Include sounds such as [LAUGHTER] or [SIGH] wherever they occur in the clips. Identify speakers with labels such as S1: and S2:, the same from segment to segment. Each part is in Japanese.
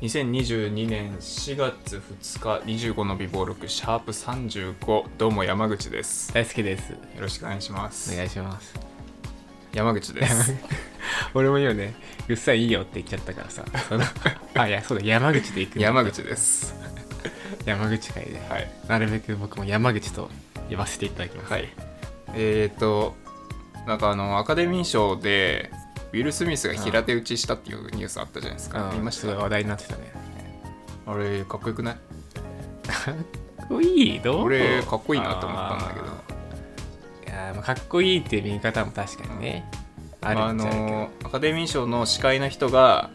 S1: 2022年4月2日25の美貌録シャープ35どうも山口ですよ
S2: 大好きです
S1: ろしくお願いします
S2: お願いします
S1: 山口です
S2: [LAUGHS] 俺も今ねうっさいいいよって言っちゃったからさそ [LAUGHS] のあいやそうだ山口で行くの
S1: 山口です
S2: 山口会で、
S1: はい
S2: なるべく僕も山口と呼ばせていただきます、
S1: はいえっ、ー、となんかあのアカデミー賞でウィル・スミスが平手打ちしたっていうニュースあったじゃないですか
S2: うん
S1: 見まし
S2: すごい
S1: た
S2: 話題になってたね
S1: あれかっこよくない
S2: かっこいいどう
S1: 俺かっこいいなと思ったんだけど
S2: あーいやーまあかっこいいっていう見方も確かにね、あ
S1: あ
S2: るんじゃないけど、
S1: のアカデミー賞の司会の人が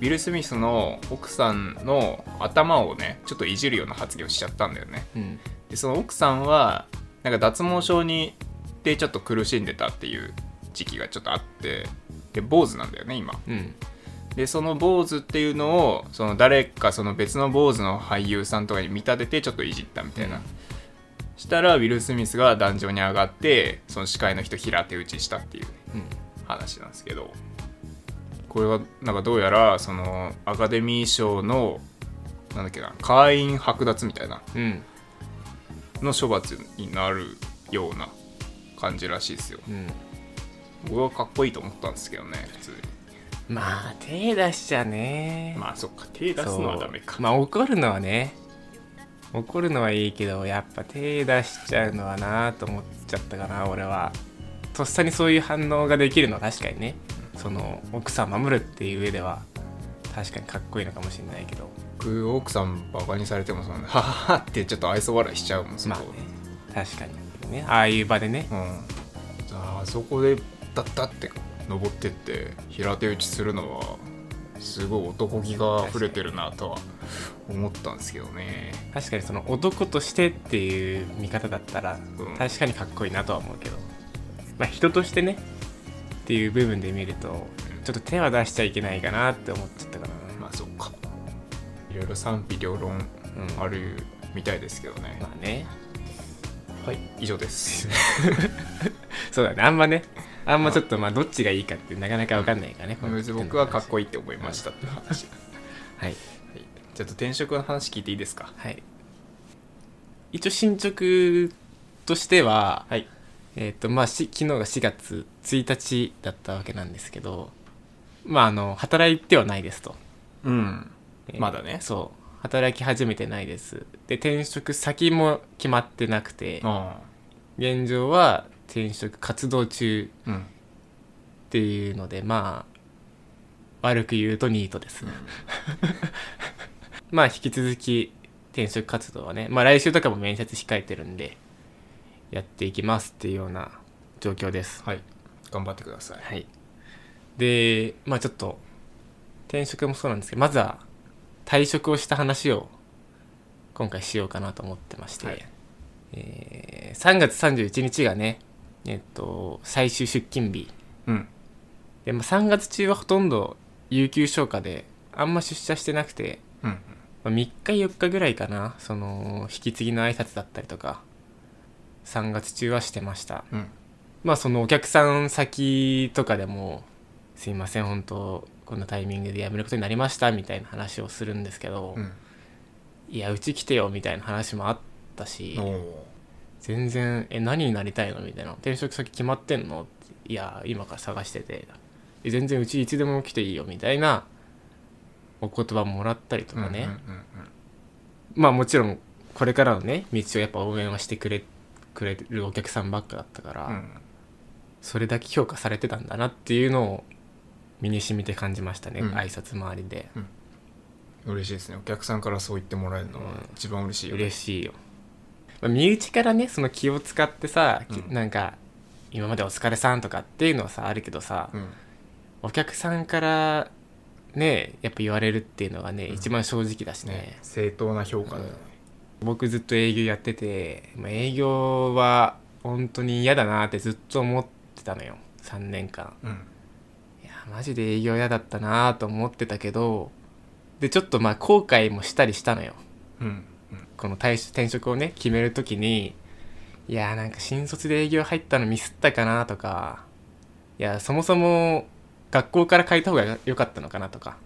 S1: ウィル・スミスの奥さんの頭をねちょっといじるような発言をしちゃったんだよね
S2: うん
S1: でその奥さんはなんか脱毛症にでちょっと苦しんでたっていう時期がちょっとあってで坊主なんだよね今
S2: うん
S1: でその坊主っていうのをその誰かその別の坊主の俳優さんとかに見立ててちょっといじったみたいな、
S2: うん
S1: したらウィル・スミスが壇上に上がってその司会の人平手打ちしたっていうね
S2: うん
S1: 話なんですけどこれはなんかどうやらそのアカデミー賞のなんだっけな会員剥奪みたいな
S2: うん
S1: の処罰になるような感じらしいですよ
S2: うん
S1: 僕はかっこいいと思ったんですけどね普通
S2: まあ手出しちゃね
S1: にまあそっか手出すのはダメか
S2: そうまあ怒るのはね怒るのはいいけどやっぱ手出しちゃうのはなと思っちゃったかな俺はとっさにそういう反応ができるのは確かにねその奥さん守るっていう上では確かにかっこいいのかもしれないけど
S1: 僕奥さんバカにされてもそのはははってちょっと愛想笑いしちゃうもんそこ
S2: まあね確かにねああいう場でね
S1: うんじゃああそこでダッダって登ってって平手打ちするのはすごい男気が溢れてるなとは思ったんですけどね
S2: 確かにその男としてっていう見方だったら
S1: うん
S2: 確かにかっこいいなとは思うけど、まあ人としてねっていう部分で見るとちょっと手は出しちゃいけないかなって思っちゃったかな、
S1: まあそっかいろいろ賛否両論
S2: うん
S1: あるみたいですけどね、
S2: まあねはい
S1: 以上です [LAUGHS]
S2: そうだねあんまねあんまちょっとまあどっちがいいかってなかなかわかんないからね、この
S1: 別に [LAUGHS] 僕はかっこいいって思いましたっていう話、は
S2: はい、
S1: い、ちょっと転職の話聞いていいですか
S2: はい、一応進捗としては、
S1: はい
S2: えっ、とまあし昨日が4月1日だったわけなんですけどまああの働いてはないですと、
S1: うん
S2: えー
S1: まだね
S2: そう働き始めてないですで転職先も決まってなくて
S1: あ
S2: 現状は転職活動中
S1: あうん
S2: っていうのでまあ悪く言うとニートです、 [LAUGHS] まあ引き続き転職活動はねまあ来週とかも面接控えてるんでやっていきますっていうような状況です
S1: はい頑張ってください
S2: はいでまあちょっと転職もそうなんですけどまずは退職をした話を今回しようかなと思ってまして、
S1: はい
S2: えー3月31日がねえっと最終出勤日
S1: うん
S2: で、まあ、3月中はほとんど有給消化であんま出社してなくて、
S1: うん
S2: まあ、3日4日ぐらいかなその引き継ぎの挨拶だったりとか3月中はしてました
S1: うん
S2: まあそのお客さん先とかでも「すいません本当こんなタイミングで辞めることになりました」みたいな話をするんですけど「
S1: うん
S2: いやうち来てよ」みたいな話もあったし
S1: おお
S2: 全然「え何になりたいの?」みたいな「転職先決まってんの?」って「いや今から探してて」え全然うちいつでも来ていいよ」みたいなお言葉もらったりとかね、
S1: うん
S2: まあもちろんこれからのね道をやっぱ応援はしてくれくれるお客さんばっかだったか
S1: う
S2: ら、
S1: んうんうん
S2: それだけ評価されてたんだなっていうのを身に染みて感じましたね、
S1: うん
S2: 挨拶回りで
S1: うん嬉しいですねお客さんからそう言ってもらえるのは
S2: うん
S1: 一番嬉しいよね
S2: 嬉しいよ、まあ身内からねその気を使ってさ、き
S1: うん
S2: なんか今までお疲れさんとかっていうのはさあるけどさ、
S1: うん
S2: お客さんからねやっぱ言われるっていうのがね、
S1: うん
S2: 一番正直だしね
S1: ね正当な評価だよね
S2: 僕ずっと営業やってて、まあ、営業は本当に嫌だなってずっと思ってたのよ3年間
S1: うん
S2: いやマジで営業嫌だったなと思ってたけどでちょっとまあ後悔もしたりしたのよ
S1: うん
S2: この退職転職をね決める時にいやーなんか新卒で営業入ったのミスったかなとかいやそもそも学校から変えた方が良かったのかなとか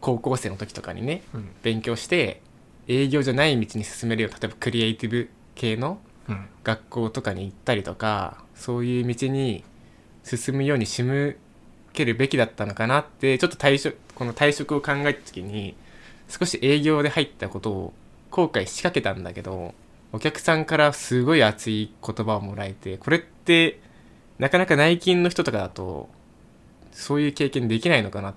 S2: 高校生の時とかにね
S1: うん
S2: 勉強して営業じゃない道に進めるような例えばクリエイティブ系の
S1: うん
S2: 学校とかに行ったりとかそういう道に進むように仕向けるべきだったのかなってちょっと退職この退職を考えた時に少し営業で入ったことを後悔しかけたんだけどお客さんからすごい熱い言葉をもらえてこれってなかなか内勤の人とかだとそういう経験できないのかな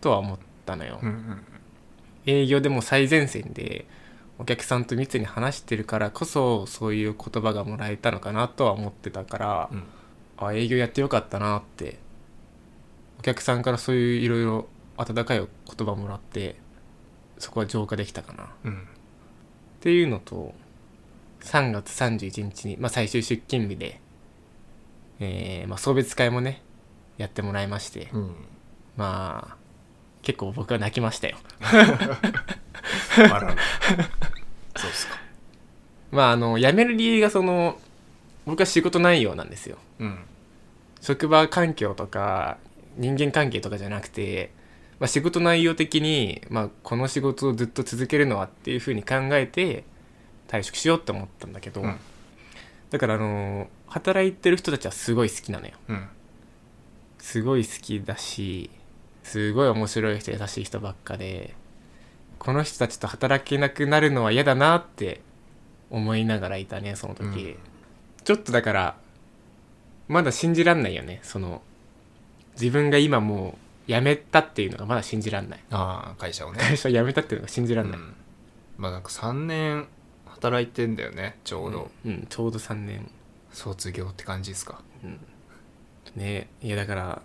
S2: とは思ったのよ。
S1: うんうん
S2: 営業でも最前線でお客さんと密に話してるからこそそういう言葉がもらえたのかなとは思ってたから、
S1: うん
S2: あ営業やってよかったなってお客さんからそういういろいろ温かい言葉もらってそこは浄化できたかなっ
S1: うん
S2: ていうのと3月31日に、まあ、最終出勤日で、えーまあ、送別会もねやってもらいまして、
S1: うん
S2: まあ結構僕は泣きましたよ
S1: あらら [LAUGHS] そうっすか
S2: まああの辞める理由がその僕は仕事内容なんですよ
S1: うん
S2: 職場環境とか人間関係とかじゃなくて、まあ、仕事内容的に、まあ、この仕事をずっと続けるのはっていうふうに考えて退職しようって思ったんだけど、
S1: うん
S2: だからあの働いてる人たちはすごい好きなのよ
S1: うん
S2: すごい好きだしすごい面白い人優しい人ばっかでこの人たちと働けなくなるのは嫌だなって思いながらいたねその時、
S1: うん
S2: ちょっとだからまだ信じらんないよねその自分が今もう辞めたっていうのがまだ信じらんない
S1: ああ会社をね
S2: 会社辞めたっていう [LAUGHS] のが信じらんない、
S1: うん、まあなんか3年働いてんだよねちょうど、
S2: うんちょうど3年
S1: 卒業って感じですか
S2: うんねいやだから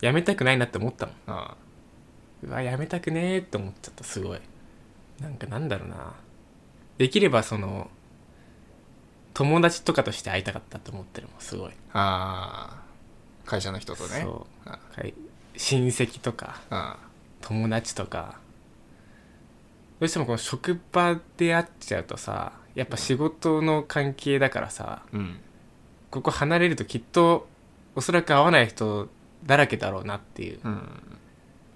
S2: 辞めたくないなって思ったもん
S1: あ
S2: うわやめたくねーって思っちゃったすごいなんかなんだろうなできればその友達とかとして会いたかったと思ってるもんすごい
S1: あああ会社の人とね
S2: そ
S1: あ
S2: うはい親戚とか
S1: あ
S2: 友達とかどうしてもこの職場で会っちゃうとさやっぱ仕事の関係だからさ
S1: うん
S2: ここ離れるときっとおそらく会わない人だらけだろうなっていう、
S1: うん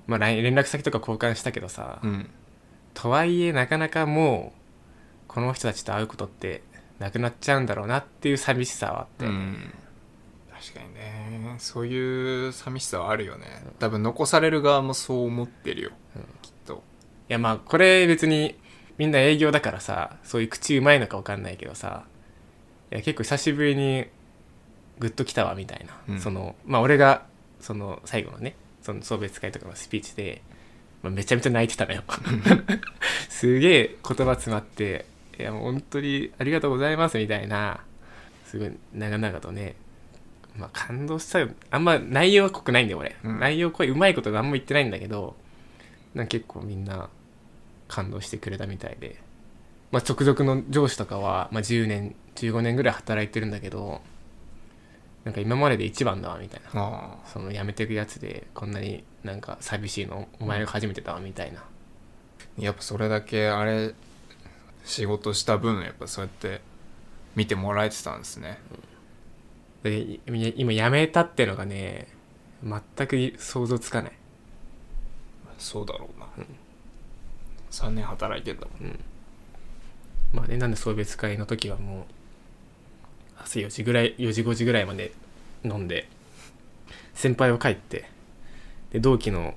S2: まあ、ライン連絡先とか交換したけどさ、
S1: うん
S2: とはいえなかなかもうこの人たちと会うことってなくなっちゃうんだろうなっていう寂しさはあって、
S1: うん確かにねそういう寂しさはあるよね多分残される側もそう思ってるよ、きっと
S2: いやまあこれ別にみんな営業だからさそういう口うまいのか分かんないけどさいや結構久しぶりにグッときたわみたいな、
S1: うん
S2: そのまあ俺がその最後のねその送別会とかのスピーチで、まあ、めちゃめちゃ泣いてた
S1: [LAUGHS]
S2: のよすげえ言葉詰まっていやもう本当にありがとうございますみたいなすごい長々とねまあ感動したよあんま内容は濃くないんだよ俺、
S1: うん
S2: 内容濃いうまいこと何も言ってないんだけどなんか結構みんな感動してくれたみたいで、まあ、直属の上司とかは、まあ、10年15年ぐらい働いてるんだけどなんか今までで一番だわみたいな
S1: あ
S2: その辞めていくやつでこんなになんか寂しいのお前が初めてだわみたいな、
S1: あやっぱそれだけあれ仕事した分やっぱそうやって見てもらえてたんですね
S2: でい今辞めたってのがね全く想像つかない
S1: そうだろうな、3年働いてんだもん
S2: まあね、なんで送別会の時はもう、朝4時ぐらい、4時5時ぐらいまで飲んで、先輩は帰って、で、同期の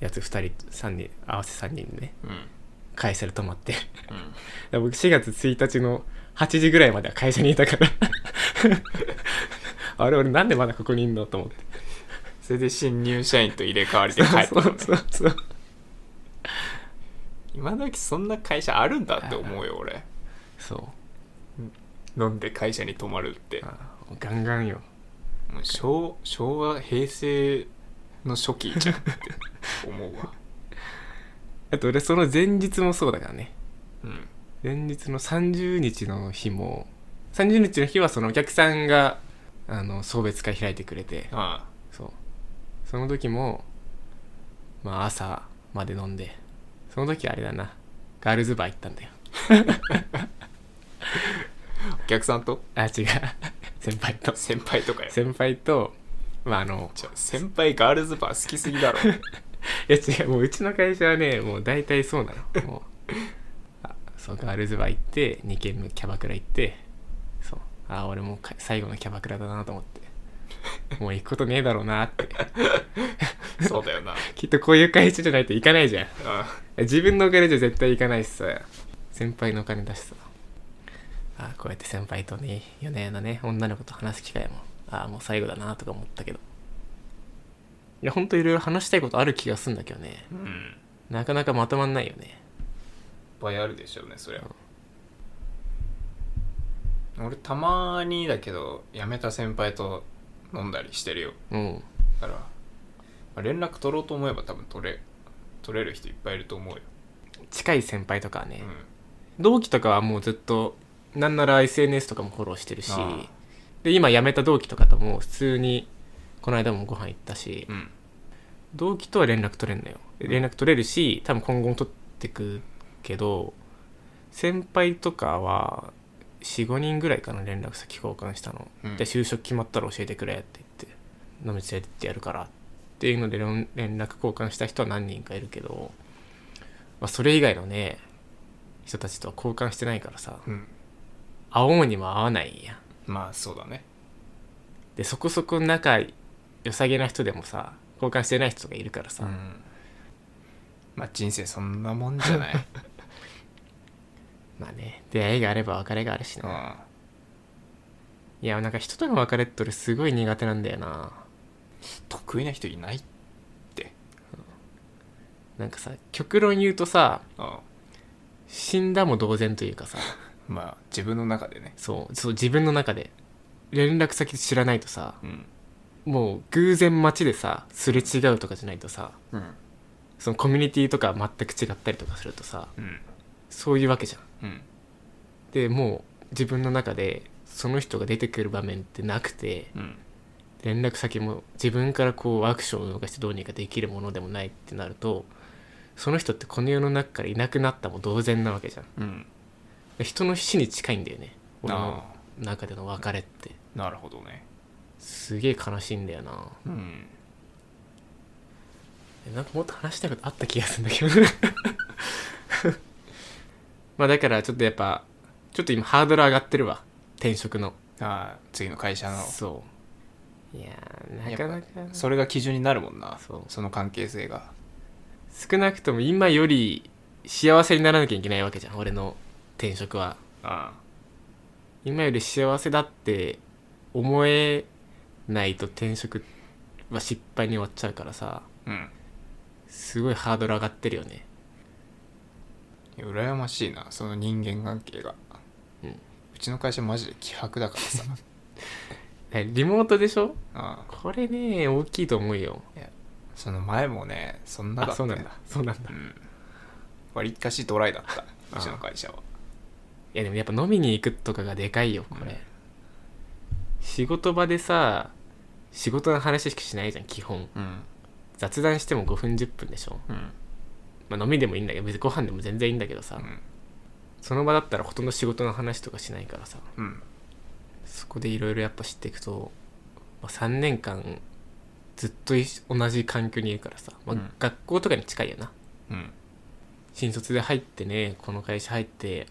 S2: やつ2人、3人、合わせ3人でね、
S1: うん
S2: 会社で泊まって、 [LAUGHS]
S1: うん
S2: で僕4月1日の8時ぐらいまでは会社にいたから、 [LAUGHS] あれ俺なんでまだここにいんのと思って。
S1: それで新入社員と入れ替わりで帰った
S2: そう
S1: の [LAUGHS] ね
S2: [LAUGHS] そうそう。
S1: 今時そんな会社あるんだって思うよ俺
S2: そう。
S1: 飲んで会社に泊まるって
S2: あーガンガンよ。
S1: もう昭昭和平成の初期じゃんって思う [LAUGHS] わ
S2: あと俺その前日もそうだからね。
S1: うん
S2: 前日の30日の日も30日の日はそのお客さんがあの送別会開いてくれて
S1: あ
S2: そうその時もまあ朝まで飲んでその時あれだなガールズバー行ったんだよ
S1: あお客さんと
S2: あ違う [LAUGHS] 先輩と
S1: 先輩とかよ
S2: 先輩とまああの
S1: じゃあ先輩ガールズバー好きすぎだろ
S2: いや違うもううちの会社はねもう大体そうなのもうあそうガールズバー行って2軒目キャバクラ行ってそうあ俺もうか最後のキャバクラだなと思ってもう行くことねえだろうなって
S1: そうだよな
S2: きっとこういう会社じゃないと行かないじゃん
S1: あ
S2: 自分のお金じゃ絶対行かないしさ先輩のお金出しさあこうやって先輩とね4年のね女の子と話す機会もああもう最後だなとか思ったけどいやほんといろいろ話したいことある気がすんだけどね
S1: うんいっ
S2: なかなかまとまんないよね
S1: ぱいあるでしょうねそりゃ俺たまにだけど辞めた先輩と飲んだりしてるよ
S2: うん
S1: だからまあ連絡取ろうと思えば多分取れ取れる人いっぱいいると思うよ、
S2: 近い先輩とかは
S1: う
S2: ね、
S1: ん、
S2: 同期とかはもうずっとなんなら SNS とかもフォローしてるし
S1: ああ
S2: で今辞めた同期とかとも普通にこの間もご飯行ったし、
S1: うん
S2: 同期とは連絡取れんのよ
S1: うん
S2: 連絡取れるし多分今後も取ってくけど先輩とかは45人ぐらいかな連絡先交換したの、
S1: うん
S2: で就職決まったら教えてくれって言って飲み連れてってやるからっていうので連連絡交換した人は何人かいるけど、まあ、それ以外のね人たちとは交換してないからさ
S1: うん、
S2: 会おうにも会わないやん
S1: まあそうだね
S2: でそこそこ仲良さげな人でもさ交換してない人がいるから
S1: う
S2: さ、
S1: ん、まあ人生そんなもんじゃ
S2: [LAUGHS]
S1: ない、
S2: まあね出会いがあれば別れがあるし
S1: う
S2: な、
S1: ん、
S2: いやなんか人との別れって俺すごい苦手なんだよな
S1: 得意な人いないって
S2: なんかさ極論言うとさ
S1: うん
S2: 死んだも同然とい
S1: [LAUGHS]
S2: うかさ
S1: まあ自分の中でね
S2: そうそう自分の中で連絡先知らないとさ
S1: うん、
S2: もう偶然街でさすれ違うとかじゃないとさ
S1: うん
S2: そのコミュニティとか全く違ったりとかするとさ
S1: うん
S2: そういうわけじゃん
S1: うん
S2: でもう自分の中でその人が出てくる場面ってなくて
S1: うん
S2: 連絡先も自分からこうアクションを動かしてどうにかできるものでもないってなるとその人ってこの世の中からいなくなったも同然なわけじゃん
S1: うん
S2: で人の死に近いんだよね俺の
S1: あ
S2: 中での別れって
S1: あなるほどね
S2: すげえ悲しいんだよな
S1: うん
S2: えなんかもっと話したいことあった気がするんだけど [LAUGHS] まあだからちょっとやっぱちょっと今ハードル上がってるわ転職の
S1: ああ次の会社の
S2: そういやーなかなか
S1: それが基準になるもんな
S2: そう
S1: の関係性が
S2: 少なくとも今より幸せにならなきゃいけないわけじゃん俺の転職は
S1: あ
S2: 今より幸せだって思えないと転職は失敗に終わっちゃうからさ
S1: あうん
S2: すごいハードル上がってるよね
S1: いや羨ましいなその人間関係が、
S2: うん
S1: ちの会社マジで希薄だから
S2: [LAUGHS]
S1: さ
S2: えリモートでしょ
S1: ああ
S2: これね大きいと思うよ
S1: その前もねそんなだ
S2: あ
S1: った
S2: そう
S1: よ
S2: なんだそうなんだ
S1: うん割りかしドライだったうちの会社はい
S2: やでもやっぱ飲みに行くとかがでかいよこれ、
S1: うん
S2: 仕事場でさ仕事の話しかしないじゃん基本
S1: うん
S2: 雑談しても5分10分でしょ、
S1: うん
S2: まあ、飲みでもいいんだけど別にご飯でも全然いいんだけどさ、その場だったらほとんど仕事の話とかしないからさ
S1: うん
S2: そこでいろいろやっぱ知っていくと、まあ、3年間ずっとい同じ環境にいるからさ、まあ
S1: うん
S2: 学校とかに近いよな
S1: うん
S2: 新卒で入ってねこの会社入って、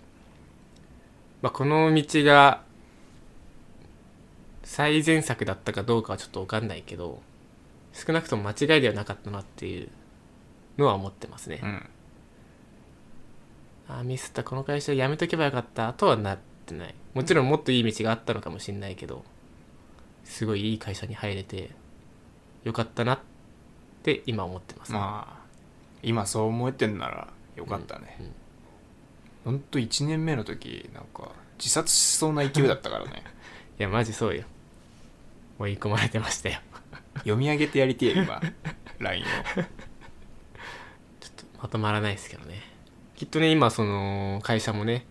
S2: まあ、この道が最善策だったかどうかはちょっと分かんないけど少なくとも間違いではなかったなっていうのは思ってますね、
S1: うん
S2: あーミスったこの会社辞めとけばよかったとはなってないもちろんもっといい道があったのかもしれないけどすごいいい会社に入れてよかったなって今思ってます、
S1: まあ今そう思えてんならよかったね、
S2: うんうん
S1: ほんと1年目の時なんか自殺しそうな勢いだったから [LAUGHS] ね
S2: いやマジそうよ追い込まれてましたよ
S1: 読み上げてやりてえよ [LAUGHS] 今 LINE を
S2: ちょっとまとまらないですけどねきっとね今その会社もね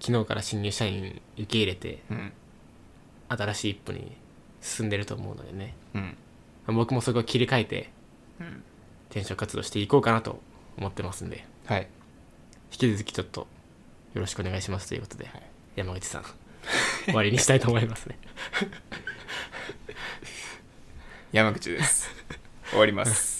S2: 昨日から新入社員受け入れて
S1: うん
S2: 新しい一歩に進んでると思うのでね
S1: うん
S2: 僕もそこを切り替えて
S1: うん
S2: 転職活動していこうかなと思ってますんで
S1: はい
S2: 引き続きちょっとよろしくお願いしますということで、
S1: い
S2: 山口さん終わりにしたいと思いますね
S1: 山口です終わります [LAUGHS]